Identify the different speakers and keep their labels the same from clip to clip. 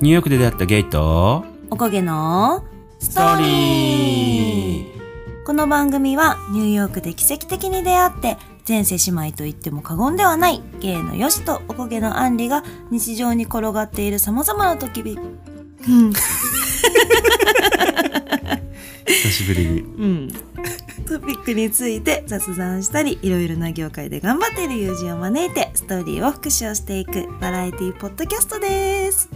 Speaker 1: ニューヨークで出会ったゲイと
Speaker 2: おこげのストーリーこの番組はニューヨークで奇跡的に出会って前世姉妹と言っても過言ではない芸のよしとおこげのあんりが日常に転がっている様々な時び
Speaker 1: 久しぶりに
Speaker 2: うん、トピックについて雑談したりいろいろな業界で頑張っている友人を招いてストーリーを復唱していくバラエティポッドキャストです。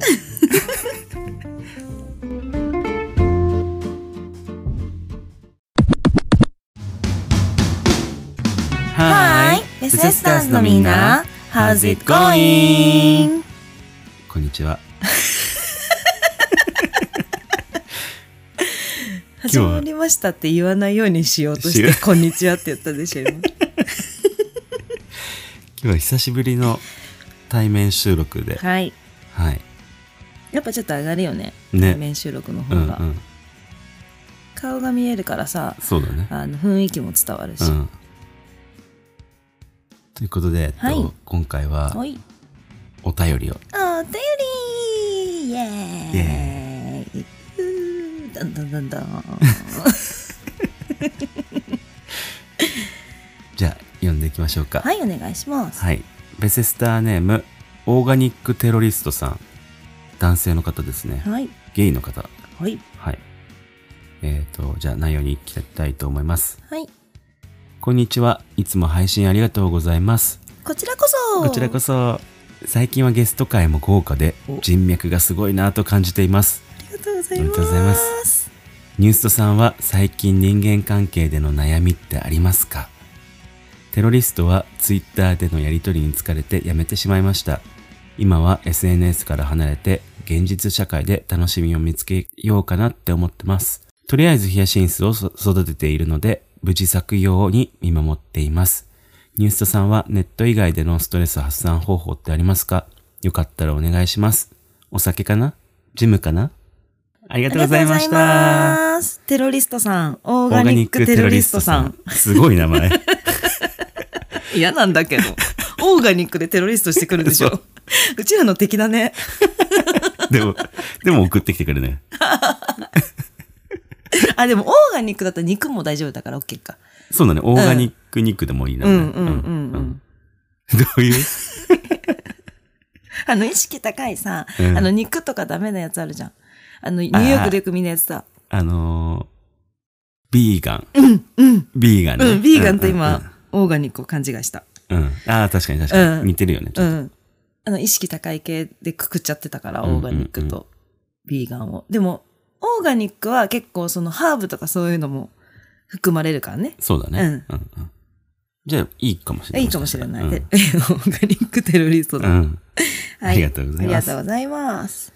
Speaker 1: は
Speaker 2: ベセスターズのみんな、How's it going?
Speaker 1: こんにちは
Speaker 2: 始まりましたって言わないようにしようとして、こんにちはって言ったでしょ。 今
Speaker 1: 今日は久しぶりの対面収録で
Speaker 2: はい。
Speaker 1: はい
Speaker 2: やっぱちょっと上がるよね。
Speaker 1: ね
Speaker 2: 対面収録の
Speaker 1: う
Speaker 2: 方
Speaker 1: んう
Speaker 2: が。
Speaker 1: ん
Speaker 2: 顔が見えるからさ、
Speaker 1: そうだね
Speaker 2: あの雰囲気も伝わるし
Speaker 1: う。んということで、えっと
Speaker 2: はい
Speaker 1: 今回は
Speaker 2: はい。
Speaker 1: お便りを
Speaker 2: お便りイエーイうーどんどんどんどん
Speaker 1: じゃあ読んでいきましょうか
Speaker 2: はいお願いします
Speaker 1: はい。ベセスターネーム、オーガニックテロリストさん。男性の方ですね。
Speaker 2: はい
Speaker 1: ゲイの方。
Speaker 2: はい
Speaker 1: はい。えーと、じゃあ内容に行きたいと思います。
Speaker 2: はい
Speaker 1: こんにちは。いつも配信ありがとうございます。
Speaker 2: こちらこそ
Speaker 1: こちらこそ、最近はゲスト会も豪華で
Speaker 2: お、
Speaker 1: 人脈がすごいなと感じています。
Speaker 2: ありがとうござい
Speaker 1: あり
Speaker 2: ま
Speaker 1: が
Speaker 2: す
Speaker 1: とうございますニューストさんは最近人間関係での悩みってありますかテロリストはツイッターでのやり取りに疲れてやめてしまいました。今は SNS から離れて現実社会で楽しみを見つけようかなって思ってます。とりあえずヒヤシンスをそ育てているので無事作用に見守っています。ニューストさんはネット以外でのストレス発散方法ってありますかよかったらお願いします。お酒かなジムかなありが
Speaker 2: あ
Speaker 1: とうございま
Speaker 2: り
Speaker 1: し
Speaker 2: がとうござ
Speaker 1: た
Speaker 2: い。ますテロリストさんオ
Speaker 1: オ
Speaker 2: ーガニックテロリストさん。
Speaker 1: すごい名 前。
Speaker 2: 嫌なんだけど オーガニックでテロリストしてくるでし
Speaker 1: そ
Speaker 2: ょうちらの敵だね
Speaker 1: でも、でも送ってきてくれね。
Speaker 2: あでもオーガニックだったら肉も大丈夫だから OK か
Speaker 1: そうだね。オーガニック肉でもいいな、
Speaker 2: う
Speaker 1: ね
Speaker 2: んうんうん
Speaker 1: う
Speaker 2: うんん
Speaker 1: どういう
Speaker 2: あの、意識高いさ、
Speaker 1: うん
Speaker 2: あの、肉とかダメなやつあるじゃん。あの、ニューヨークでよくみんなやつだ。
Speaker 1: あのー、ビーガン。
Speaker 2: うん、
Speaker 1: ビーガンね。
Speaker 2: うん、ビーガンと今、。オーガニックを勘違いした。
Speaker 1: うんうんうん。うんああ、確かに確か
Speaker 2: うん
Speaker 1: に。似てるよね。
Speaker 2: うん。あの、意識高い系でくくっちゃってたから、
Speaker 1: うんうんうん
Speaker 2: オーガニックとビーガンを。でも、オーガニックは結構そのハーブとかそういうのも含まれるからね。
Speaker 1: そうだね。うんうんじゃあ、いいかもしれない。
Speaker 2: いいかもしれない。
Speaker 1: うん
Speaker 2: でオーガニックテロリスト
Speaker 1: う
Speaker 2: だ。
Speaker 1: ん。
Speaker 2: は
Speaker 1: ありがとうございます
Speaker 2: ありがとうございます。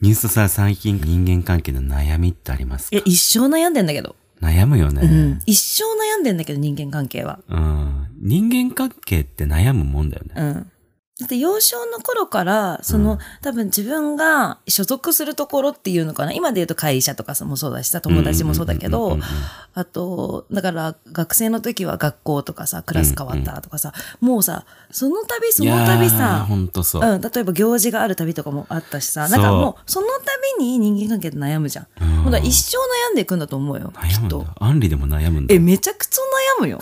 Speaker 1: ニュースとさ、最近人間関係の悩みってあります
Speaker 2: いや
Speaker 1: か、
Speaker 2: 一生悩んでんだけど。
Speaker 1: 悩むよ
Speaker 2: うん
Speaker 1: ね。。
Speaker 2: 一生悩んでんだけど、人間関係は。
Speaker 1: うん。人間関係って悩むもんだよね。
Speaker 2: うん。だって幼少の頃から、そ
Speaker 1: う
Speaker 2: の、
Speaker 1: ん
Speaker 2: 多分自分が所属するところっていうのかな。今で言うと会社とかもそうだしさ、友達もそうだけ
Speaker 1: うんうん
Speaker 2: ど
Speaker 1: うんうんうん、
Speaker 2: あと、だから学生の時は学校とかさ、クラス変わったとかさ、もうさ、その度その
Speaker 1: い
Speaker 2: 度
Speaker 1: やー
Speaker 2: さ
Speaker 1: ほ、んとそう。
Speaker 2: うん、例えば行事がある旅とかもあったしさ、
Speaker 1: そ
Speaker 2: な
Speaker 1: うん
Speaker 2: かもう、その度に人間関係で悩むじゃん。
Speaker 1: うん
Speaker 2: ほんだから一生悩んでいくんだと思うよ、き
Speaker 1: 悩む
Speaker 2: っ
Speaker 1: ん
Speaker 2: と。
Speaker 1: だ。アンリでも悩むんだ
Speaker 2: え、。めちゃくちゃ悩 むよ。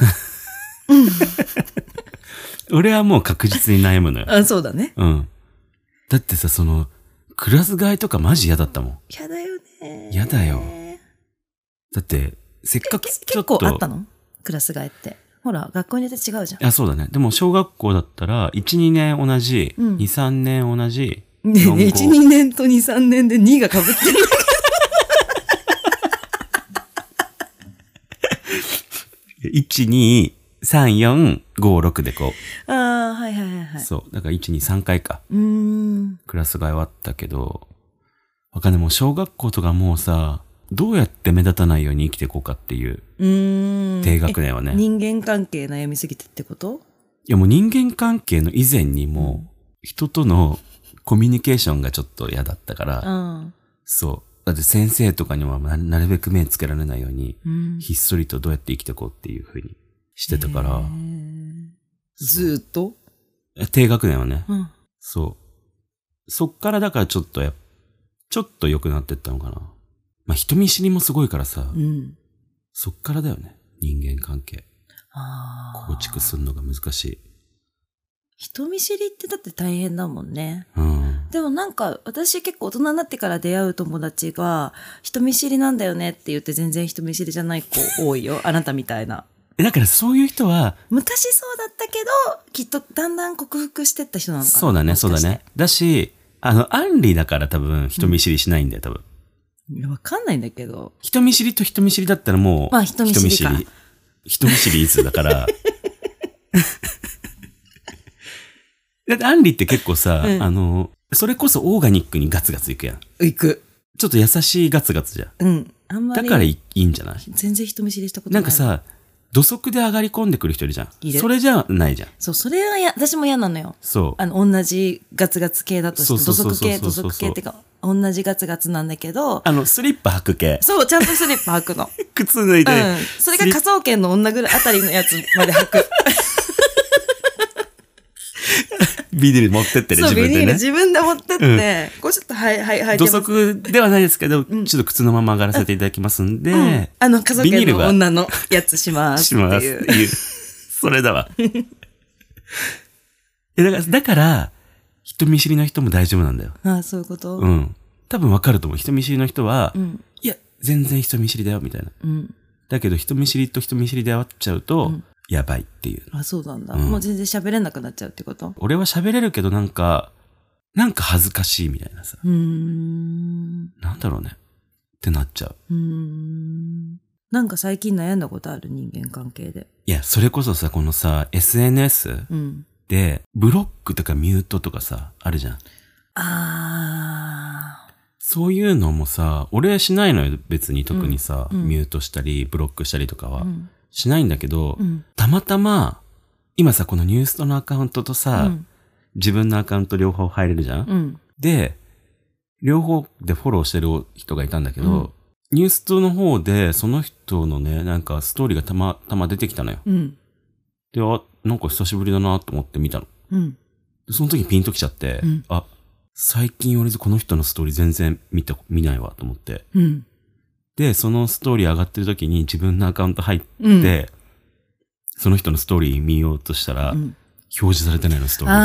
Speaker 1: 俺はもう確実に悩むのよ。
Speaker 2: あそうだね。
Speaker 1: うん。だってさ、その、クラス替えとかマジ嫌だったもん。
Speaker 2: 嫌だよね。
Speaker 1: 嫌だよだって、せっかく
Speaker 2: け
Speaker 1: ちょ
Speaker 2: 結
Speaker 1: っと。
Speaker 2: 構あったのクラス替えって。ほら、学校によって違うじゃん。
Speaker 1: あ、そうだね。でも小学校だったら、1、2年同じ、
Speaker 2: うん
Speaker 1: 2、3年同じ。
Speaker 2: ねえねえ、
Speaker 1: 4
Speaker 2: 1、2年と2、3年で2が 被ってる。
Speaker 1: 1、2、3、4、5、6でこ
Speaker 2: ああ、はいはいはいは
Speaker 1: う。
Speaker 2: い。
Speaker 1: そう。だから1、2、3回か。
Speaker 2: うーん。
Speaker 1: クラス替えはあったけど、わかんない。もう小学校とかもうさ、どうやって目立たないように生きていこうかっていう、
Speaker 2: うーん。
Speaker 1: 低学年はね。
Speaker 2: え人間関係悩みすぎてってこと
Speaker 1: いやもう人間関係の以前にもう人とのコミュニケーションがちょっと嫌だったから、
Speaker 2: うん。
Speaker 1: そう。だって先生とかにはななるべく目つけられないように、
Speaker 2: うん。
Speaker 1: ひっそりとどうやって生きていこうっていうふうにしてたか
Speaker 2: へ
Speaker 1: ら、
Speaker 2: ーずーっと
Speaker 1: 低学年はね、
Speaker 2: うん。
Speaker 1: そう。そっからだからちょっとやっちょっと良くなってったのかな。まあ、人見知りもすごいからさ、
Speaker 2: うん。
Speaker 1: そっからだよね。人間関係。
Speaker 2: ああ。
Speaker 1: 構築するのが難しい。
Speaker 2: 人見知りってだって大変だもんね。
Speaker 1: うん。
Speaker 2: でもなんか、私結構大人になってから出会う友達が、人見知りなんだよねって言って全然人見知りじゃない子多い よ。あなたみたいな。
Speaker 1: えだからそういう人は、
Speaker 2: 昔そうだったけど、きっとだんだん克服してった人なのかな。
Speaker 1: そうだね、
Speaker 2: もし
Speaker 1: そう
Speaker 2: か
Speaker 1: だ
Speaker 2: して
Speaker 1: ね。。だし、あの、アンリだから多分人見知りしないんだよ、多分。
Speaker 2: いやわかんないんだけど。
Speaker 1: 人見知りと人見知りだったらもう、
Speaker 2: まあ人見知り
Speaker 1: 人
Speaker 2: か
Speaker 1: 見知り。人見知りいつだから。 だってアンリって結構さ、
Speaker 2: うん
Speaker 1: あの、それこそオーガニックにガツガツいくやん。
Speaker 2: 行く。
Speaker 1: ちょっと優しいガツガツじゃん。
Speaker 2: うん。あんま
Speaker 1: だ
Speaker 2: り。
Speaker 1: からいいいんじゃない
Speaker 2: 全然人見知りしたこと
Speaker 1: な
Speaker 2: な。
Speaker 1: いんか、さ、土足で上がり込んでくる人いるじゃん。
Speaker 2: いる
Speaker 1: それじゃないじゃん。
Speaker 2: そう、それはや、私も嫌なのよ。
Speaker 1: そう。
Speaker 2: あの、同じガツガツ系だとして、
Speaker 1: そうそ
Speaker 2: 土
Speaker 1: うそう
Speaker 2: 足系、
Speaker 1: そう
Speaker 2: 土
Speaker 1: そうそう
Speaker 2: 足系ってか、同じガツガツなんだけど、
Speaker 1: あの、スリッパ履く系。
Speaker 2: そう、ちゃんとスリッパ履く の。
Speaker 1: 靴脱いで、
Speaker 2: うん。それが科捜研の女ぐらいあたりのやつまで履く。
Speaker 1: ビニール持ってってる、
Speaker 2: そう、
Speaker 1: 自
Speaker 2: ビ
Speaker 1: 分
Speaker 2: ニ
Speaker 1: で
Speaker 2: ール
Speaker 1: ね。
Speaker 2: 自分で持ってって、こうちょっとはい、はい、はい。
Speaker 1: 土足ではないですけど、ちょっと靴のまま上がらせていただきますんで、
Speaker 2: あの、科捜
Speaker 1: ビニー
Speaker 2: 研
Speaker 1: ル
Speaker 2: の
Speaker 1: は
Speaker 2: 女のやつします
Speaker 1: し
Speaker 2: って
Speaker 1: ます
Speaker 2: いう。
Speaker 1: っていう。 それだわ。えだから、だから、人見知りの人も大丈夫なんだよ。
Speaker 2: ああ、そういうこと
Speaker 1: う。ん。多分わかると思う。人見知りの人は、
Speaker 2: ん
Speaker 1: いや、全然人見知りだよ、みたいな。
Speaker 2: うん。
Speaker 1: だけど、人見知りと人見知りで会っちゃうと、やばいっていう。
Speaker 2: あ、そうなんだ。
Speaker 1: ん
Speaker 2: もう全然喋れなくなっちゃうってこと
Speaker 1: 俺は喋れるけど、なんか、なんか恥ずかしいみたいなさ。
Speaker 2: うーん。
Speaker 1: なんだろうね。ってなっちゃう。
Speaker 2: うーん。なんか最近悩んだことある人間関係で。
Speaker 1: いや、それこそさ、このさ、SNS
Speaker 2: うん。
Speaker 1: で、ブロックとかミュートとかさ、あるじゃん。
Speaker 2: あ
Speaker 1: そういうのもさ、俺しないのよ、別に特にさ、
Speaker 2: うんうん
Speaker 1: ミュートしたり、ブロックしたりとか
Speaker 2: あ。
Speaker 1: は。
Speaker 2: ん。
Speaker 1: しないんだけど、
Speaker 2: うん。
Speaker 1: たまたま、今さ、このニューストのアカウントとさ、
Speaker 2: うん
Speaker 1: 自分のアカウント両方入れるじゃん、
Speaker 2: うん。
Speaker 1: で、両方でフォローしてる人がいたんだけど、
Speaker 2: うん
Speaker 1: ニューストの方で、その人のね、なんかストーリーがたまたま出てきたのよ。
Speaker 2: うん。
Speaker 1: で、あ、なんか久しぶりだなと思って見たの。
Speaker 2: うん。
Speaker 1: でその時ピンときちゃって、
Speaker 2: うん
Speaker 1: あ、最近俺この人のストーリー全然見た、見ないわと思って。
Speaker 2: うん。
Speaker 1: で、そのストーリー上がってる時に自分のアカウント入って、
Speaker 2: うん
Speaker 1: その人のストーリー見ようとしたら、
Speaker 2: うん
Speaker 1: 表示されてないの、ストーリーが。あ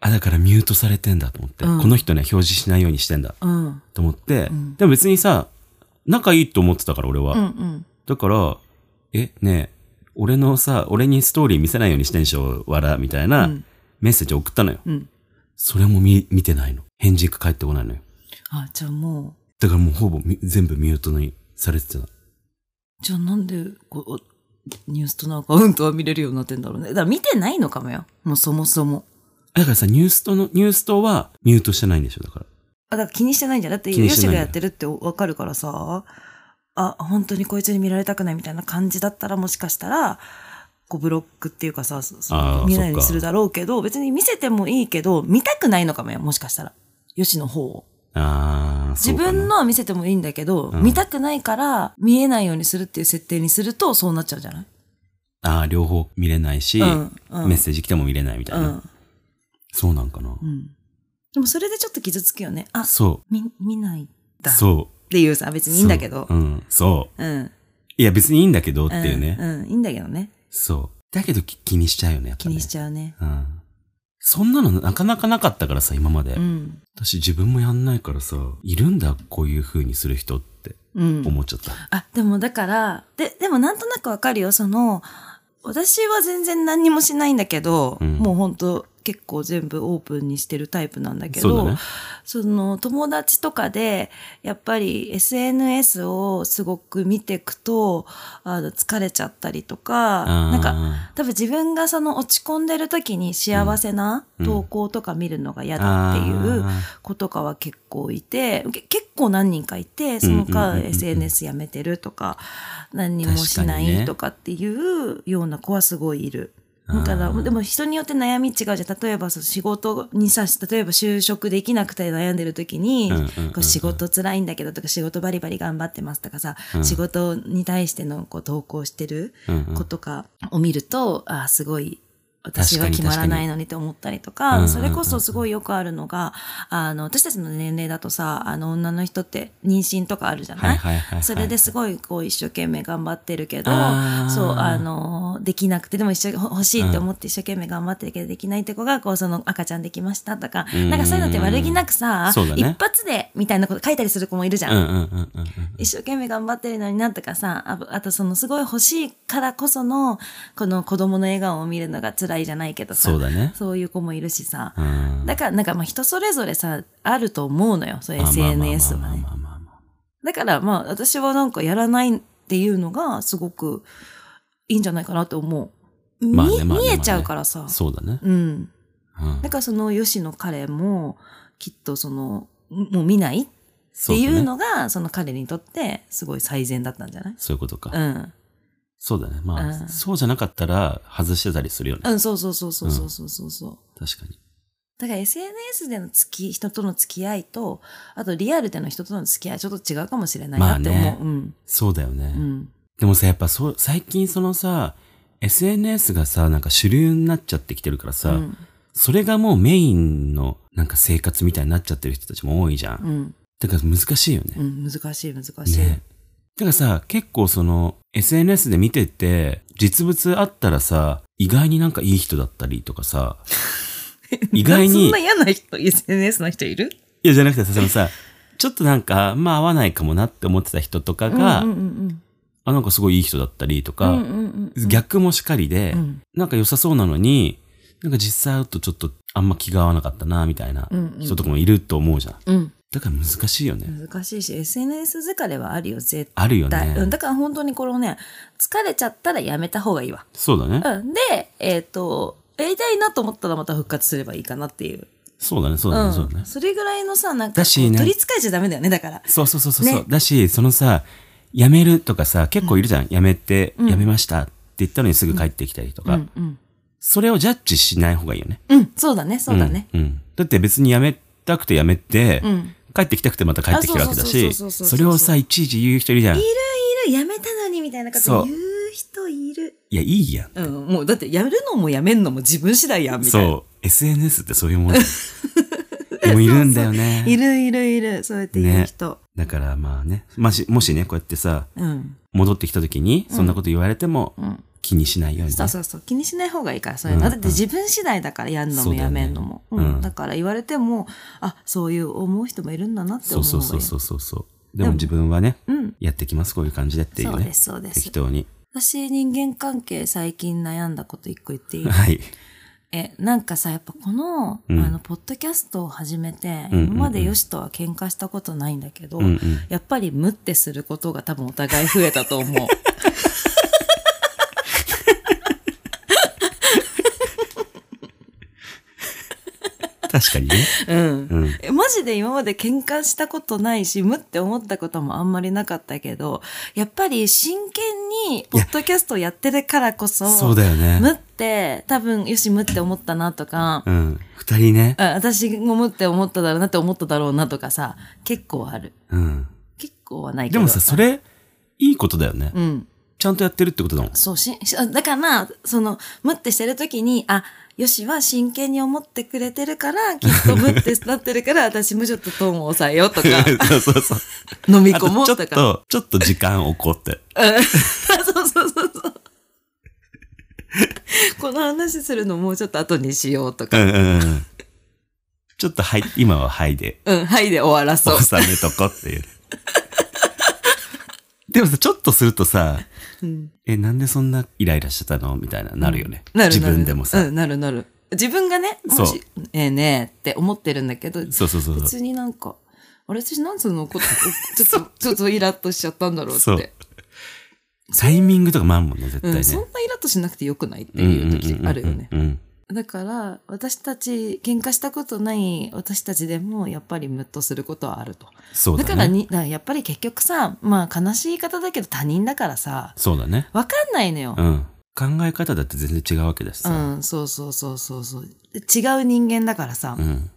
Speaker 2: あ
Speaker 1: だからミュートされてんだと思って、
Speaker 2: うん
Speaker 1: この人ね、表示しないようにしてんだ
Speaker 2: あ。うん。
Speaker 1: と思って、
Speaker 2: うん
Speaker 1: でも別にさ、仲いいと思ってたから俺は。
Speaker 2: うんうん。
Speaker 1: だから、え、ねえ、俺のさ、俺にストーリー見せないようにしてんでしょ、わら、みたいな
Speaker 2: うん
Speaker 1: メッセージ送ったのよ。
Speaker 2: うん。
Speaker 1: それも見見てないの。返事が返ってこないのよ。
Speaker 2: あ、じゃあも
Speaker 1: だからもうほぼみ全部ミュートにされてた。
Speaker 2: う、じゃあなんで、こう、ニュースとなんか、うんとは見れるようになってんだろうね。だから見てないのかもよ。もうそもそも。
Speaker 1: だからさ、ニュースとの、ニュースとはミュートしてないんでしょ、だから。
Speaker 2: あ、だから気にしてないんじゃん。だって、
Speaker 1: 気
Speaker 2: ヨ
Speaker 1: にして
Speaker 2: シ
Speaker 1: ない
Speaker 2: が
Speaker 1: んだ
Speaker 2: やってるってわかるからさ、あ、本当にこいつに見られたくないみたいな感じだったら、もしかしたら、こうブロックっていうかさ、そそ
Speaker 1: あー
Speaker 2: 見
Speaker 1: そっ
Speaker 2: ないように
Speaker 1: か
Speaker 2: するだろうけど、別に見せてもいいけど、見たくないのかもよ、もしかしたら。ヨシの方を。
Speaker 1: あー、そ
Speaker 2: 自
Speaker 1: うかな
Speaker 2: 分のは見せてもいいんだけど、
Speaker 1: うん
Speaker 2: 見たくないから、見えないようにするっていう設定にすると、そうなっちゃうんじゃない
Speaker 1: あー、両方見れないし、
Speaker 2: うんうん
Speaker 1: メッセージ来ても見れないみた
Speaker 2: う
Speaker 1: いな。
Speaker 2: ん。
Speaker 1: そうなんかな。
Speaker 2: うん。でもそれでちょっと傷つくよね。あ、
Speaker 1: そ
Speaker 2: み、見ないん
Speaker 1: う。
Speaker 2: だ。っ
Speaker 1: そ
Speaker 2: ていうさ、別
Speaker 1: う。
Speaker 2: にいいんだけど
Speaker 1: そ。ううん、そう。
Speaker 2: うん。
Speaker 1: いや、別にいいんだけどっていうね。
Speaker 2: うん、うんいいんだけどね。
Speaker 1: そう。だけどき気にしちゃうよね、やっ
Speaker 2: 気
Speaker 1: ぱ、ね。
Speaker 2: にしちゃうね。
Speaker 1: ゃう。うん。そんなのなかなかなかったからさ、今まで。
Speaker 2: うん。
Speaker 1: 私自分もやんないからさ、いるんだ、こういう風にする人って
Speaker 2: うん。
Speaker 1: 思っちゃった。
Speaker 2: あ、でもだから、で、でもなんとなくわかるよ。その、私は全然何にもしないんだけど、
Speaker 1: うん
Speaker 2: もうほんと結構全部オープンにしてるタイプなんだけ
Speaker 1: そう
Speaker 2: ど、
Speaker 1: だね。
Speaker 2: その友達とかで、やっぱり SNS をすごく見ていくと、あの疲れちゃったりとか、なんか、
Speaker 1: か、
Speaker 2: 多分自分がその落ち込んでる時に幸せな
Speaker 1: うん
Speaker 2: 投稿とか見るのが嫌だっていう
Speaker 1: あ
Speaker 2: 子とかは結構いて、け結構何人かいて、その
Speaker 1: うんうんうん
Speaker 2: 間
Speaker 1: うん
Speaker 2: SNS やめてるとか、何にもしな
Speaker 1: 確かに
Speaker 2: い
Speaker 1: ね
Speaker 2: とかっていうような子はすごいいる。
Speaker 1: あー
Speaker 2: だから、でも人によって悩み違うじゃん。例えばその仕事にさ、例えば就職できなくて悩んでる時に、
Speaker 1: うんうんうんうん
Speaker 2: こう仕事辛いんだけどとか、仕事バリバリ頑張ってますとかさ、
Speaker 1: うん
Speaker 2: 仕事に対してのこう投稿してる
Speaker 1: うんうん
Speaker 2: 子とかを見ると、ああ、すごい私は
Speaker 1: 確かに
Speaker 2: 決まらないのにって思ったりとか、
Speaker 1: うんうんうん
Speaker 2: それこそすごいよくあるのが、あの、私たちの年齢だとさ、あの、女の人って妊娠とかあるじゃ
Speaker 1: は
Speaker 2: ない,、
Speaker 1: いはいはいはいはい
Speaker 2: それですごいこう一生懸命頑張ってるけど、
Speaker 1: あー
Speaker 2: そう、あの、できなくて、でも一緒ほ欲しいって思って一生懸命頑張ってるけどできないって子が、こうその赤ちゃんできましたとか、
Speaker 1: うん
Speaker 2: なんかそういうのって悪気なくさ、
Speaker 1: そうだね
Speaker 2: 一発でみたいなこと書いたりする子もいるじゃ
Speaker 1: うんうんうんうんうん。
Speaker 2: 一生懸命頑張ってるのになんとかさ、ああとそのすごい欲しいからこその、この子供の笑顔を見るのが辛いじゃないけどさ、
Speaker 1: そうだね。
Speaker 2: そういう子もいるしさ、
Speaker 1: うん。
Speaker 2: だからなんかまあ人それぞれさ、あると思うのよ、そう
Speaker 1: まあまあまあ
Speaker 2: SNS はね
Speaker 1: ま。あまあまあまあ
Speaker 2: だからまあ私はなんかやらないっていうのがすごくいいんじゃないかなと思う。
Speaker 1: まあね
Speaker 2: み
Speaker 1: まあね
Speaker 2: 見えちゃうからさ、
Speaker 1: そうだね。
Speaker 2: うん。
Speaker 1: うん
Speaker 2: だからその吉野彼も、きっとその、もう見ないって
Speaker 1: そ
Speaker 2: い
Speaker 1: だ
Speaker 2: う
Speaker 1: ね
Speaker 2: のが、その彼にとってすごい最善だったんじゃない
Speaker 1: そういうことか。
Speaker 2: うん。
Speaker 1: そうだね。ま
Speaker 2: うん
Speaker 1: あ、そうじゃなかったら外してたりするよね。
Speaker 2: うん、そうそうそうそうそうそうそうそう。
Speaker 1: 確かに。
Speaker 2: だから SNS での付き、人との付き合いと、あとリアルでの人との付き合い、ちょっと違うかもしれないなって思う。
Speaker 1: まあね
Speaker 2: うん。
Speaker 1: そうだよ
Speaker 2: う
Speaker 1: ね。
Speaker 2: ん。
Speaker 1: でもさ、やっぱそう、最近そのさ、SNS がさ、なんか主流になっちゃってきてるから
Speaker 2: う
Speaker 1: さ、
Speaker 2: ん。
Speaker 1: それがもうメインのなんか生活みたいになっちゃってる人たちも多いじゃん。
Speaker 2: うん。
Speaker 1: だから難しいよね。
Speaker 2: うん。難しい、難しい。
Speaker 1: ね。だからさ、結構その SNS で見てて、実物あったらさ、意外になんかいい人だったりとか さ、意外
Speaker 2: そん
Speaker 1: に、
Speaker 2: ない嫌な人、SNS の人いる
Speaker 1: やじゃなくてさ、そのさ、ちょっとなんか、まあ合わないかもなって思ってた人とかが、
Speaker 2: うんうんうん
Speaker 1: あ、なんかすごいいい人だったりと
Speaker 2: うん。
Speaker 1: か、
Speaker 2: うんうんうん。
Speaker 1: 逆もしかりで、
Speaker 2: うん
Speaker 1: なんか良さそうなのに、なんか実際会うとちょっとあんま気が合わなかったな、みたいな
Speaker 2: うんうん
Speaker 1: 人とかもいると思うじゃん。
Speaker 2: うん。
Speaker 1: だから難しいよね。
Speaker 2: 難しいし、SNS 疲れはあるよ、絶
Speaker 1: あるよ
Speaker 2: 対。
Speaker 1: ね。
Speaker 2: うん。だから本当にこのね、疲れちゃったらやめた方がいいわ。
Speaker 1: そうだね。
Speaker 2: うん。で、えっ、と、やりたいなと思ったらまた復活すればいいかなっていう。
Speaker 1: そうだね、そうだね、そうだね
Speaker 2: ん。。それぐらいのさ、なんか、
Speaker 1: だし
Speaker 2: こう
Speaker 1: ね
Speaker 2: 取り憑かれちゃダメだよね、だから。
Speaker 1: そうそうそうそうそう、
Speaker 2: ね
Speaker 1: だし、そのさ、辞めるとかさ、結構いるじゃん。辞めて、辞めましたって言ったのにすぐ帰ってきたりとか、
Speaker 2: うん、うん。
Speaker 1: それをジャッジしない方がいいよね。
Speaker 2: うん、そうだね、そうだね。
Speaker 1: うん。うんだって別に辞めたくて辞めて、
Speaker 2: うん
Speaker 1: 帰ってきたくてまた帰ってきたわけだ
Speaker 2: あ
Speaker 1: し、
Speaker 2: そうそうそうそうそうそう
Speaker 1: それをさ、いちいち言う人いるじゃん。い
Speaker 2: いる、やめたのに、みたいなこと
Speaker 1: そう
Speaker 2: 言う人いる。
Speaker 1: や、いいやん。
Speaker 2: うん、もう、だって、やるのもやめんのも自分次第やん、みたいな。
Speaker 1: そう。SNS ってそういう もんだよでもいるんだよね。
Speaker 2: いる、いる、いる、そうやって言う人。
Speaker 1: だからまあね、まし、もしね、こうやってさ、
Speaker 2: うん。
Speaker 1: 戻ってきた時に、そんなこと言われても
Speaker 2: うん、
Speaker 1: 気にしないように、ね
Speaker 2: そうそうそう。気にしない方がいいから、そういうの。
Speaker 1: うん
Speaker 2: だって自分次第だから、やんの
Speaker 1: そ
Speaker 2: も
Speaker 1: うだ
Speaker 2: や
Speaker 1: よね
Speaker 2: めんのも。
Speaker 1: うん
Speaker 2: うん。だから言われても、あ、そういう思う人もいるんだなって
Speaker 1: そ
Speaker 2: 思
Speaker 1: う
Speaker 2: う
Speaker 1: そうそう
Speaker 2: う。
Speaker 1: そうそうそう。で
Speaker 2: でも
Speaker 1: も自分はね、
Speaker 2: うん。
Speaker 1: やってきます、こういう感じでっていうね。
Speaker 2: そうです、そうです
Speaker 1: 適。当に。
Speaker 2: 私、人間関係最近悩んだこと一個言っていい
Speaker 1: はい。
Speaker 2: え、なんかさ、やっぱこの、
Speaker 1: うん
Speaker 2: あの、ポッドキャストを始めて、
Speaker 1: うんうんうん
Speaker 2: 今までヨシとは喧嘩したことないんだけど、
Speaker 1: うんうん。
Speaker 2: やっぱり無ってすることが多分お互い増えたと思う。
Speaker 1: 確か にね。
Speaker 2: うん。
Speaker 1: うん。
Speaker 2: えマジで今まで喧嘩したことないし、無って思ったこともあんまりなかったけど、やっぱり真剣に、ポッドキャストをやってるからこそ、
Speaker 1: そうだよ
Speaker 2: 無
Speaker 1: ね。
Speaker 2: って、多分、よし、無って思ったなとか、
Speaker 1: うん。二人ね。
Speaker 2: あ私も無って思っただろうなって思っただろうなとかさ、結構ある。
Speaker 1: うん。
Speaker 2: 結構はないけど。
Speaker 1: でもさ、それ、いいことだよね。
Speaker 2: うん。
Speaker 1: ちゃんとやってるってことだもん。
Speaker 2: そうし、しだから、その、むってしてるときに、あ、よしは真剣に思ってくれてるから、きっとむってなってるから、私もちょっとトーンを抑えようとか、
Speaker 1: そうそうそう。
Speaker 2: 飲み
Speaker 1: あ
Speaker 2: 込も
Speaker 1: とちょ
Speaker 2: うと
Speaker 1: っ
Speaker 2: か。
Speaker 1: と、ちょっと時間を置こうって。
Speaker 2: そうそうそうそう。この話するのもうちょっと後にしようと
Speaker 1: う
Speaker 2: か。
Speaker 1: んうんうん。ちょっとはい、今ははいで、
Speaker 2: うん、はいで終わらそう。
Speaker 1: 収めとこっていう。 でもさ、ちょっとするとさ、
Speaker 2: うん
Speaker 1: え、なんでそんなイライラしてたのみたいな、なるよね。
Speaker 2: なるなる
Speaker 1: 自分でもさ。
Speaker 2: うん、なるなる。自分がね、もし、ええねえって思ってるんだけど、
Speaker 1: そうそうそうそう。
Speaker 2: 別になんか、あれ私なんでそ のこと、ちょっと、ちょっとイラッとしちゃったんだろうっ
Speaker 1: そ
Speaker 2: て
Speaker 1: う。タイミングとかもあるもんね、絶対
Speaker 2: う
Speaker 1: ね。
Speaker 2: ん、そんなイラッとしなくてよくないっていう時あるよね
Speaker 1: う。んうんうんうんうん
Speaker 2: だから、私たち、喧嘩したことない私たちでも、やっぱりムッとすることはあると。
Speaker 1: そうだ
Speaker 2: だ
Speaker 1: ね。
Speaker 2: からに、だからやっぱり結局さ、まあ悲しい言い方だけど他人だからさ、
Speaker 1: そうだね。
Speaker 2: わかんないのよ。
Speaker 1: うん。考え方だって全然違うわけだし
Speaker 2: う
Speaker 1: さ。
Speaker 2: ん、そうそうそうそうそう。違う人間だからさ
Speaker 1: う。ん。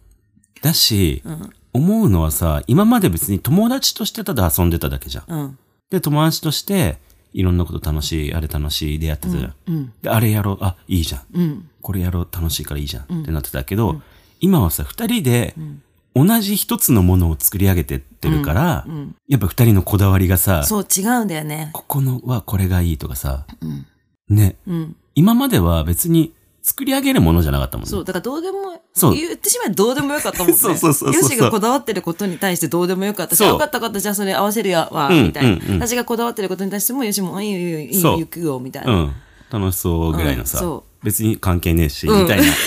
Speaker 1: だし、
Speaker 2: うん、
Speaker 1: 思うのはさ、今まで別に友達としてただ遊んでただけじゃん。
Speaker 2: うん、
Speaker 1: で、友達として、いろんなこと楽しい、あれ楽しいでやってたじゃん。
Speaker 2: うん。
Speaker 1: で、あれやろう、あ、いいじゃん。
Speaker 2: うん。
Speaker 1: これやろう、楽しいからいいじゃん、ってなってたけど、今はさ、二人で、同じ一つのものを作り上げてってるから、
Speaker 2: うん。
Speaker 1: やっぱ二人のこだわりがさ、
Speaker 2: そう、違うんだよね。
Speaker 1: ここのはこれがいいとかさ、
Speaker 2: うん。
Speaker 1: ね、
Speaker 2: うん。
Speaker 1: 今までは別に作り上げるものじゃなかったもんね。
Speaker 2: そう、だからどうでも、
Speaker 1: そう
Speaker 2: 言ってしまえばどうでもよかったもんね。
Speaker 1: そうそうそうそう
Speaker 2: ヨシがこだわってることに対してどうでもよかったし、
Speaker 1: そう
Speaker 2: あよかったよかった、じゃあそれ合わせるやわ、
Speaker 1: うん
Speaker 2: みたいな、
Speaker 1: うんうん
Speaker 2: 私がこだわってることに対しても、ヨシも、いいよいいよ、いい
Speaker 1: そ
Speaker 2: よ、
Speaker 1: う
Speaker 2: 行くよ、みたいうな。
Speaker 1: ん。楽しそうぐらいのさ、
Speaker 2: うんそ
Speaker 1: 別に関係ねえし、
Speaker 2: うん
Speaker 1: みたいな。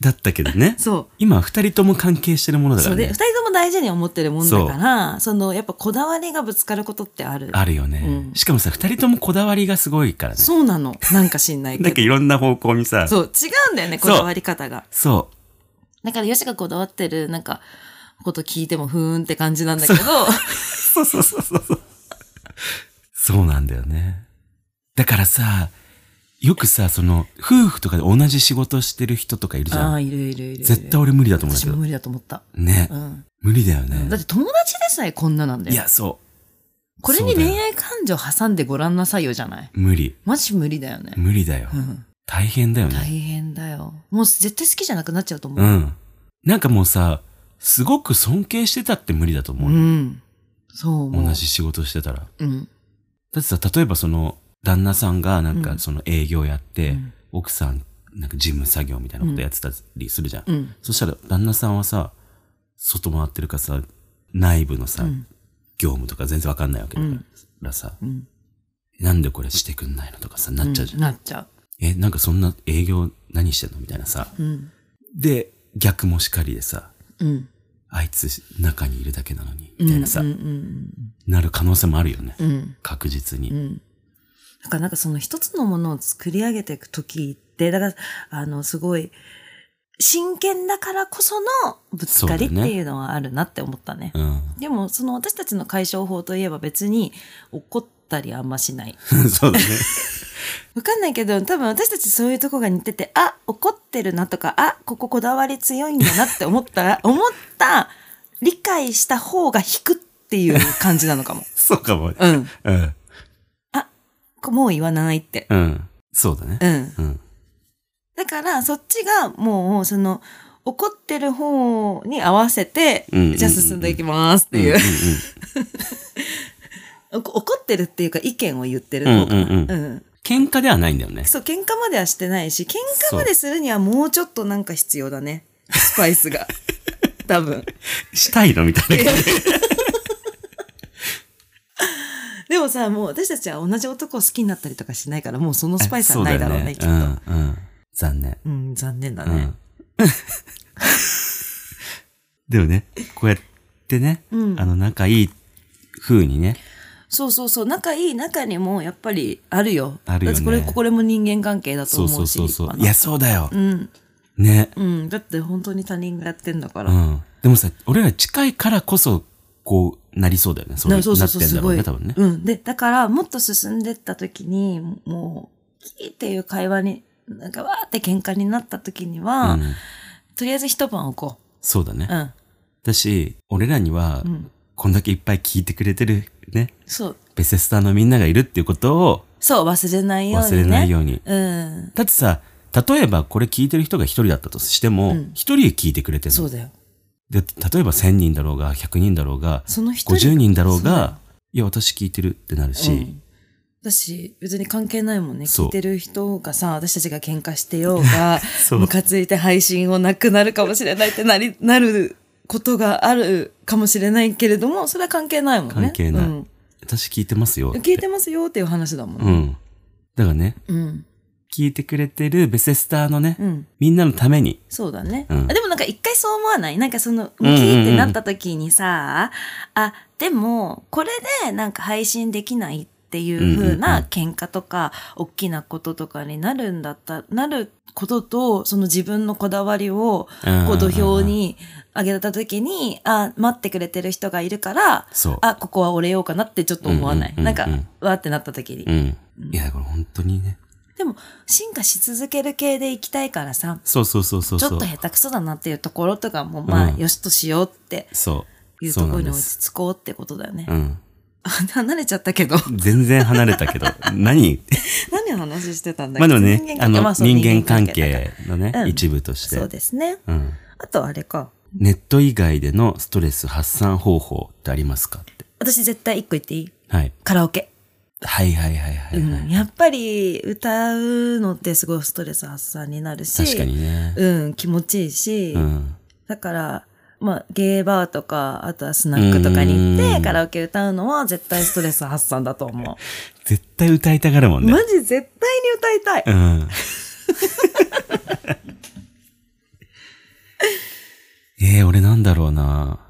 Speaker 1: だったけどね。
Speaker 2: そう。
Speaker 1: 今は二人とも関係してるものだか
Speaker 2: そ
Speaker 1: ら
Speaker 2: うで、
Speaker 1: ね
Speaker 2: 二。人とも大事に思ってるもんだから、その、やっぱこだわりがぶつかることってある。
Speaker 1: あるよね、
Speaker 2: うん
Speaker 1: しかもさ、二人ともこだわりがすごいからね。
Speaker 2: そうなの。なんか知んない け
Speaker 1: なん
Speaker 2: ど
Speaker 1: か。いろんな方向にさ、そう。
Speaker 2: そう、違うんだよね、こだわり方が。だから、ヨシがこだわってる、なんか、こと聞いても、ふーんって感じなんだけど、
Speaker 1: そうそうそうそうそう。そうなんだよね。だからさ、よくさ、その、夫婦とかで同じ仕事してる人とかいるじ
Speaker 2: あ
Speaker 1: ゃん。
Speaker 2: あ、いるいるいるいる。
Speaker 1: 絶対俺無理だと思うんだ
Speaker 2: 私
Speaker 1: け
Speaker 2: も
Speaker 1: ど。
Speaker 2: 無理だと思った。
Speaker 1: ね、
Speaker 2: うん。
Speaker 1: 無理だよね
Speaker 2: だっ。て友達でさえこんななんだ
Speaker 1: い
Speaker 2: よ。
Speaker 1: や、そ
Speaker 2: これに
Speaker 1: そうだよ
Speaker 2: 恋愛感情挟んでごらんなさいよじゃない。
Speaker 1: う。無理。
Speaker 2: マジ無理だよね。
Speaker 1: 無理だよ。
Speaker 2: うん。
Speaker 1: 大変だよね。
Speaker 2: 大変だよ。もう絶対好きじゃなくなっちゃうと思
Speaker 1: う
Speaker 2: う。
Speaker 1: ん。なんかもうさ、すごく尊敬してたって無理だと思
Speaker 2: う
Speaker 1: うよ。
Speaker 2: ん。そう思う。
Speaker 1: 同じ。仕事してたら。だ
Speaker 2: うん。
Speaker 1: ってさ、例えばその、旦那さんがなん
Speaker 2: う
Speaker 1: か
Speaker 2: ん
Speaker 1: その営業やって、
Speaker 2: うん
Speaker 1: 奥さん、なんか事務作業みたいなことやってたりするじゃん。
Speaker 2: うん。
Speaker 1: そしたら旦那さんはさ、外回ってるかさ、内部のさ、
Speaker 2: うん
Speaker 1: 業務とか全然わかんないわけだからさ、
Speaker 2: うん。
Speaker 1: なんでこれしてくんないのとかさ、なっちゃうじゃん。
Speaker 2: なっちゃ
Speaker 1: え、なんかそんな営業何してんのみたいなさ。
Speaker 2: う。うん。
Speaker 1: で、逆もしかりでさ、
Speaker 2: うん。
Speaker 1: あいつ中にいるだけなのに、みたいなさ、
Speaker 2: うんうん
Speaker 1: なる可能性もあるよね。
Speaker 2: うん。うん。
Speaker 1: 確実
Speaker 2: う
Speaker 1: に。
Speaker 2: ん。だからなんかその一つのものを作り上げていくときって、だから、あの、すごい、真剣だからこそのぶつかりっていうのはあるなって思ったね。
Speaker 1: うん。
Speaker 2: でも、その私たちの解消法といえば別に怒ったりあんまし ない。
Speaker 1: そうだね。
Speaker 2: わかんないけど、多分私たちそういうとこが似てて、あ、怒ってるなとか、あ、こここだわり強いんだなって思った ら、思った、理解した方が引くっていう感じなのかも。
Speaker 1: そうかも。
Speaker 2: うん。
Speaker 1: うん。
Speaker 2: こもう言わないって。
Speaker 1: うん。そうだね。
Speaker 2: うん。
Speaker 1: うん。
Speaker 2: だから、そっちがもう、その、怒ってる方に合わせて、
Speaker 1: うんうんうん
Speaker 2: じゃあ進んでいきますって
Speaker 1: うん
Speaker 2: いう
Speaker 1: ん
Speaker 2: う。怒ってるっていうか意見を言ってる方かな。
Speaker 1: うんうんうん
Speaker 2: うん
Speaker 1: 喧嘩ではないんだよね。
Speaker 2: そう、喧嘩まではしてないし、喧嘩までするにはもうちょっとなんか必要だね。スパイ スが。多分。
Speaker 1: したいのみたいな感じ。
Speaker 2: でもさ、もう私たちは同じ男を好きになったりとかしないから、もうそのスパイスはないだろうね、きっ
Speaker 1: そ
Speaker 2: と。
Speaker 1: うだよねうん。うん。残念。
Speaker 2: うん、残念だ
Speaker 1: う
Speaker 2: ね
Speaker 1: ん。。でもね、こうやってね、
Speaker 2: うん
Speaker 1: あの、仲いい風にね、
Speaker 2: そうそうそう、仲いい中にもやっぱりあるよ。
Speaker 1: あるよね
Speaker 2: だってこれ、これも人間関係だと
Speaker 1: そう
Speaker 2: 思
Speaker 1: そうう
Speaker 2: し。
Speaker 1: そうそう。い
Speaker 2: 立
Speaker 1: や、そうだよ。
Speaker 2: 派な
Speaker 1: ね。
Speaker 2: うん、うん。だって本当に他人がやってんだから。
Speaker 1: うん。でもさ、俺ら近いからこそ、こう、なりそうだよね。そう
Speaker 2: なそうそ
Speaker 1: な
Speaker 2: う
Speaker 1: っ
Speaker 2: そ
Speaker 1: てん
Speaker 2: う、す
Speaker 1: だろ
Speaker 2: ご
Speaker 1: う
Speaker 2: い。
Speaker 1: ね、多分ね。
Speaker 2: うん。で、だから、もっと進んでった時に、もう、キーっていう会話に、なんかわーって喧嘩になった時には、
Speaker 1: うん
Speaker 2: とりあえず一晩置こ
Speaker 1: そうだね
Speaker 2: う。。うん。
Speaker 1: だし、俺らには、
Speaker 2: ん
Speaker 1: こんだけいっぱい聞いてくれてる、ね、
Speaker 2: そう。
Speaker 1: ベセスターのみんながいるっていうことを
Speaker 2: そう、忘れないように、ね。
Speaker 1: 忘れないように。
Speaker 2: うん。
Speaker 1: だってさ、例えばこれ聞いてる人が一人だったとしても、一、人聞いてくれてる
Speaker 2: そうだよ。
Speaker 1: で、例えば1000人だろうが、100人だろうが、
Speaker 2: その一人
Speaker 1: 50人だろう
Speaker 2: そうだ
Speaker 1: が、いや、私聞いてるってなるし、
Speaker 2: うんだし、別に関係ないもんね。
Speaker 1: そう
Speaker 2: 聞いてる人がさ、私たちが喧嘩してようが、
Speaker 1: そう
Speaker 2: ムカついて配信をなくなるかもしれないってなり、 なることがあるかもしれないけれども、それは関係ないもんね。
Speaker 1: 関係ない、
Speaker 2: うん
Speaker 1: 私聞いてますよって。
Speaker 2: 聞いてますよっていう話だもん
Speaker 1: う
Speaker 2: ね。
Speaker 1: ん。だからね、
Speaker 2: うん。
Speaker 1: 聞いてくれてるベセスターのね、
Speaker 2: うん。
Speaker 1: みんなのために、
Speaker 2: そうだね。
Speaker 1: うん
Speaker 2: あでもなんか一回そう思わないなんかその、
Speaker 1: うん
Speaker 2: キ
Speaker 1: うんうん
Speaker 2: ーってなった時にさ、あ、でも、これでなんか配信できないっていう風
Speaker 1: うんうんうん
Speaker 2: な喧嘩とか、大きなこととかになるんだった、なることと、その自分のこだわりを、こう土俵に上げた時に、あ、待ってくれてる人がいるから、
Speaker 1: そう。
Speaker 2: あ、ここは折れようかなってちょっと思わない。
Speaker 1: うんうんうんうん
Speaker 2: なんか、わーってなった時に。
Speaker 1: うん。いや、これ本当にね。
Speaker 2: でも、進化し続ける系で行きたいからさ、
Speaker 1: そうそうそうそう
Speaker 2: ち
Speaker 1: そ
Speaker 2: ょ
Speaker 1: う。
Speaker 2: っと下手くそだなっていうところとかも、まあ、
Speaker 1: うん
Speaker 2: よしとしようって
Speaker 1: そ。
Speaker 2: いうう
Speaker 1: そ
Speaker 2: と
Speaker 1: うな
Speaker 2: こ
Speaker 1: ん
Speaker 2: ろに
Speaker 1: で
Speaker 2: 落
Speaker 1: す。
Speaker 2: ち着こうってことだよね
Speaker 1: う。ん。
Speaker 2: 離れちゃったけど。
Speaker 1: 全然離れたけど、 何
Speaker 2: 何の話してたんだ
Speaker 1: まあ
Speaker 2: っ
Speaker 1: で
Speaker 2: け
Speaker 1: も
Speaker 2: 人
Speaker 1: ね
Speaker 2: 間、
Speaker 1: あ
Speaker 2: 関係ま
Speaker 1: の、
Speaker 2: そう
Speaker 1: 人間関
Speaker 2: だか
Speaker 1: 係のね
Speaker 2: う、ん
Speaker 1: 一部として。
Speaker 2: らそうですね。
Speaker 1: うん。
Speaker 2: あとあれか。
Speaker 1: ネット以外でのストレス発散方法ってありますかって。
Speaker 2: 私絶対一個言っていい
Speaker 1: はい。
Speaker 2: カラオケ。
Speaker 1: はいはいはいはい、は
Speaker 2: うん。
Speaker 1: い
Speaker 2: やっぱり歌うのってすごいストレス発散になるし。
Speaker 1: 確かにね。
Speaker 2: うん、気持ちいいし。
Speaker 1: うん。
Speaker 2: だから、まあ、ゲーバーとか、あとはスナックとかに行っ
Speaker 1: う
Speaker 2: て、
Speaker 1: ん
Speaker 2: カラオケ歌うのは絶対ストレス発散だと思
Speaker 1: 絶対歌いたがるも
Speaker 2: う。
Speaker 1: んね。
Speaker 2: マジ絶対に歌いたい。
Speaker 1: うん。ええ俺なんだろうな。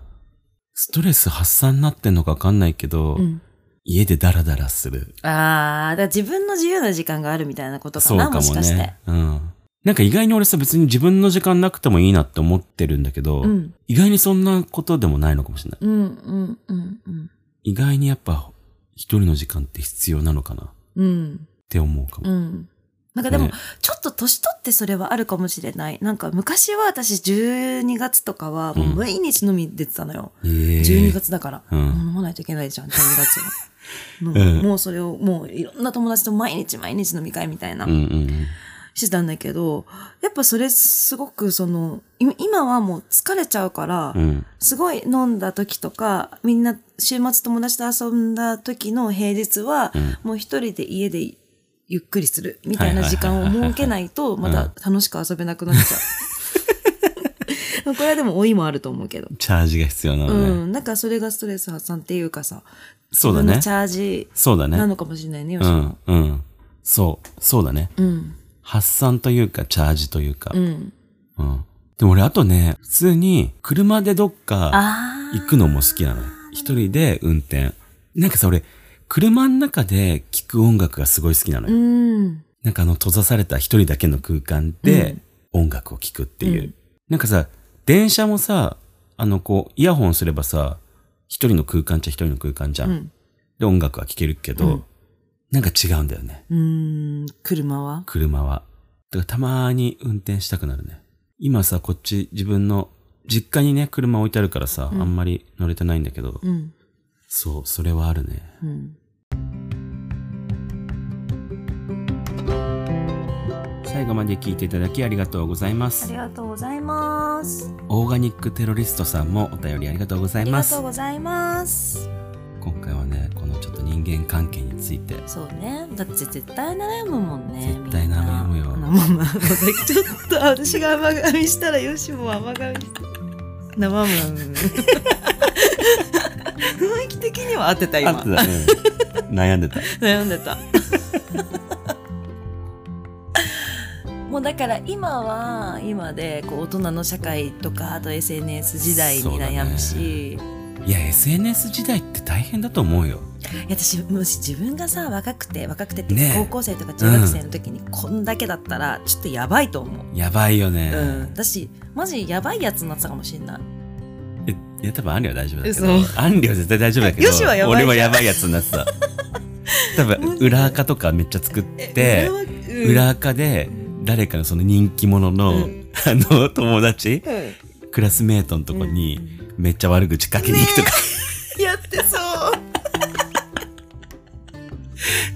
Speaker 1: ストレス発散になってんのかわかんないけど、
Speaker 2: うん。
Speaker 1: 家でダラダラする。
Speaker 2: あー、だから自分の自由な時間があるみたいなことか
Speaker 1: そう
Speaker 2: な、
Speaker 1: か
Speaker 2: もし
Speaker 1: も
Speaker 2: かして
Speaker 1: ね。。うん。なんか意外に俺さ別に自分の時間なくてもいいなって思ってるんだけど、
Speaker 2: うん。
Speaker 1: 意外にそんなことでもないのかもしれない。
Speaker 2: うん、うん、うん、うん。
Speaker 1: 意外にやっぱ一人の時間って必要なのかなっ
Speaker 2: うん。
Speaker 1: て思うかも。
Speaker 2: うん。なんかでも、
Speaker 1: ね
Speaker 2: ちょっと年取ってそれはあるかもしれない。なんか昔は私12月とかはもう毎日飲み出てたのよ。
Speaker 1: ええ
Speaker 2: 12月だから、
Speaker 1: うん
Speaker 2: もう飲まないといけないじゃん、12月 は。もう
Speaker 1: うん
Speaker 2: もうそれを、もういろんな友達と毎日毎日飲み会みたいな、
Speaker 1: うんうん
Speaker 2: してたんだけど、やっぱそれすごくその、い今はもう疲れちゃうから、
Speaker 1: うん。うん。
Speaker 2: すごい飲んだ時とか、みんな週末友達と遊んだ時の平日は、
Speaker 1: うん
Speaker 2: もう一人で家でゆっくりするみたいな時間
Speaker 1: は
Speaker 2: を
Speaker 1: いはいはいはい
Speaker 2: 設けないと、
Speaker 1: ん
Speaker 2: まだ楽しく遊べなくなっち ゃう。これはでも老いもあると思うけど。
Speaker 1: チャージが必要なのね。
Speaker 2: うん。なんかそれがストレス発散っていうかさ、
Speaker 1: そうだ
Speaker 2: 自分
Speaker 1: ね
Speaker 2: のチ。ャージ
Speaker 1: そうだね。
Speaker 2: なのかもしれないね、よ
Speaker 1: う
Speaker 2: し
Speaker 1: ん、うん。そう、そうだね。
Speaker 2: うん。
Speaker 1: 発散というか、チャージというか。
Speaker 2: うん。
Speaker 1: うん。でも俺、あとね、普通に、車でどっか
Speaker 2: ああ。
Speaker 1: 行くのも好きなのよ。一人で運転。なんかさ、俺、車の中で聴く音楽がすごい好きなの
Speaker 2: う
Speaker 1: よ。
Speaker 2: ん。
Speaker 1: なんかあの、閉ざされた一人だけの空間で、音楽を聴くっていう。
Speaker 2: うん
Speaker 1: なんかさ、電車もさ、あの、こう、イヤホンすればさ、一人の空間っちゃ一人の空間じゃ。
Speaker 2: うんん。
Speaker 1: で、音楽は聴けるけど、
Speaker 2: うん
Speaker 1: なんか違うんだよね。
Speaker 2: うん。車は
Speaker 1: 車は。だからたまーに運転したくなるね。今さ、こっち自分の実家にね、車置いてあるからさ、
Speaker 2: うん
Speaker 1: あんまり乗れてないんだけど、
Speaker 2: うん。
Speaker 1: そう、それはあるね。
Speaker 2: うん。
Speaker 1: 最後まで聞いていただきありがとうございます。
Speaker 2: がとうございます。
Speaker 1: オーガニックテロリストさんもお便りありがとうござ
Speaker 2: あ
Speaker 1: い
Speaker 2: りが
Speaker 1: ま
Speaker 2: と
Speaker 1: す
Speaker 2: う。ございます。
Speaker 1: 今回はね、このちょっと人間関係について、
Speaker 2: そうね。だって絶対悩むもんね。
Speaker 1: 絶対悩むよ
Speaker 2: みんな生々ちょっと私が甘噛みしたらよしも甘噛みして。生々雰囲気的には合ってた
Speaker 1: あ
Speaker 2: 今。
Speaker 1: ってたね。 悩んでた。
Speaker 2: 悩んでた。 もうだから今は今でこう大人の社会とかあと SNS 時代に悩むし、
Speaker 1: いや、SNS 時代って大変だと思うよ。
Speaker 2: いや私もし自分がさ若くて若くてって
Speaker 1: ねえ
Speaker 2: 高校生とか中学生の時にこんだけだったらちょっとやばいと思う、
Speaker 1: やばいよね。
Speaker 2: うん、私マジやばいやつになってたかもしれない
Speaker 1: えいや多分アンリは大丈夫だけど
Speaker 2: 嘘
Speaker 1: アンリは絶対大丈夫だけど
Speaker 2: よしはやばい
Speaker 1: 俺はやばいやつになって た多分裏垢とかめっちゃ作っ
Speaker 2: え
Speaker 1: て
Speaker 2: 裏はうん
Speaker 1: 裏垢で誰かのその人気者の、
Speaker 2: うん
Speaker 1: あの友達
Speaker 2: うん
Speaker 1: クラスメートのとこにめっちゃ悪口かけに行くとか、
Speaker 2: やってそう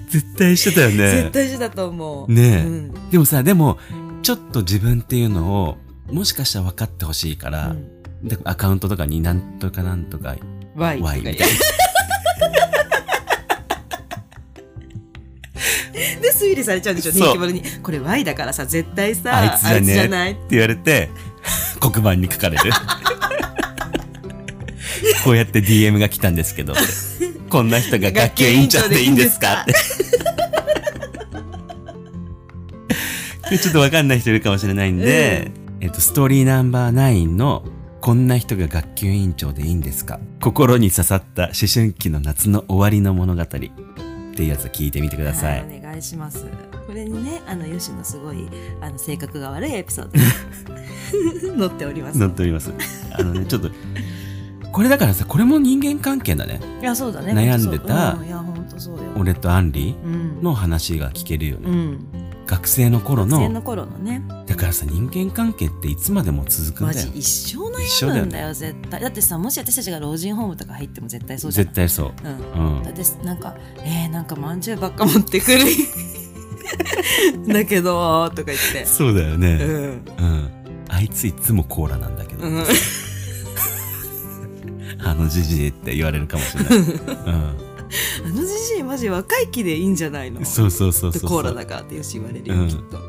Speaker 1: 絶対してたよね
Speaker 2: 絶対しだと思う
Speaker 1: ねえ
Speaker 2: うん
Speaker 1: でもさでもちょっと自分っていうのをもしかしたら分かってほしいから、だからアカウントとかになんとかなんとか
Speaker 2: うん、Y とか
Speaker 1: Y みたい
Speaker 2: で推理されちゃうんでしょ
Speaker 1: そう
Speaker 2: 人気者にこれ Y だからさ絶対さ
Speaker 1: あいつじゃね
Speaker 2: あいつじゃない
Speaker 1: って言われ て、黒板に書かれる。 こうやって DM が来たんですけど、こんな人が学級委員長でいいんですかって。でちょっとわかんない人いるかもしれないんで、えっと、ストーリーナンバー9の、こんな人が学級委員長でいいんですか心に刺さった思春期の夏の終わりの物語っていうやつを聞いてみてください。
Speaker 2: はいお願いしますこれにねあの吉野すごいあの性格が悪いエピソー ド載っております
Speaker 1: 乗っております。あのね、ちょっと、これだからさ、これも人間関係だね。
Speaker 2: いやそうだね
Speaker 1: 悩んでた
Speaker 2: 本当そううんいや本当そうよ
Speaker 1: 俺とアンリ
Speaker 2: うん
Speaker 1: の話が聞けるよ
Speaker 2: う
Speaker 1: ね。
Speaker 2: ん
Speaker 1: 学生の頃
Speaker 2: 学生
Speaker 1: の
Speaker 2: の頃のね
Speaker 1: だからさ人間関係っていつまでも続くん
Speaker 2: マ
Speaker 1: だ
Speaker 2: ジ
Speaker 1: よ
Speaker 2: 一生
Speaker 1: 一緒
Speaker 2: 悩
Speaker 1: だ
Speaker 2: む
Speaker 1: よ
Speaker 2: ん
Speaker 1: ね
Speaker 2: だよ絶対だってさもし私たちが老人ホームとか入っても絶対そうじゃな
Speaker 1: 絶
Speaker 2: い
Speaker 1: 対そう
Speaker 2: 対、うん
Speaker 1: うん
Speaker 2: だってなんか「えー、なんかまんじゅうばっか持っ てくるだけど」とか言って
Speaker 1: そうだよね
Speaker 2: うん
Speaker 1: うんあいついつもコーラなんだけど、
Speaker 2: うん
Speaker 1: あのじじいって言われるかもしれ ない、
Speaker 2: あのじじいマジ若い気でいいんじゃないの
Speaker 1: うん、そうそうそう
Speaker 2: で
Speaker 1: そう
Speaker 2: コ
Speaker 1: そ
Speaker 2: ーラだ
Speaker 1: う
Speaker 2: からってよし言われるよ、
Speaker 1: うん
Speaker 2: きっと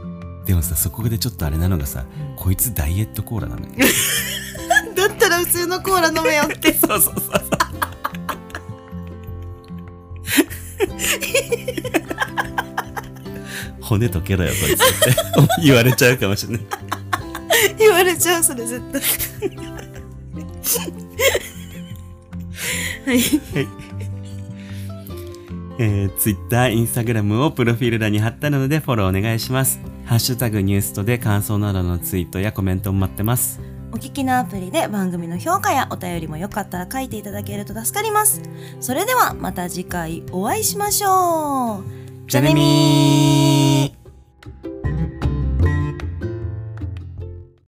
Speaker 1: でもさそこでちょっとあれなのがさこいつダイエットコーラなんだけど
Speaker 2: だったら普通のコーラ飲めよって
Speaker 1: そうそうそう骨溶けろよこいつって 言われちゃうかもしれない
Speaker 2: 言われちゃうそれ絶対はい
Speaker 1: えー、Twitter、Instagram をプロフィール欄に貼ったのでフォローお願いします。ハッシュタグニュースとで感想などのツイートやコメントも待ってます。
Speaker 2: お聞きのアプリで番組の評価やお便りもよかったら書いていただけると助かります。それではまた次回お会いしましょう。
Speaker 1: じゃねみー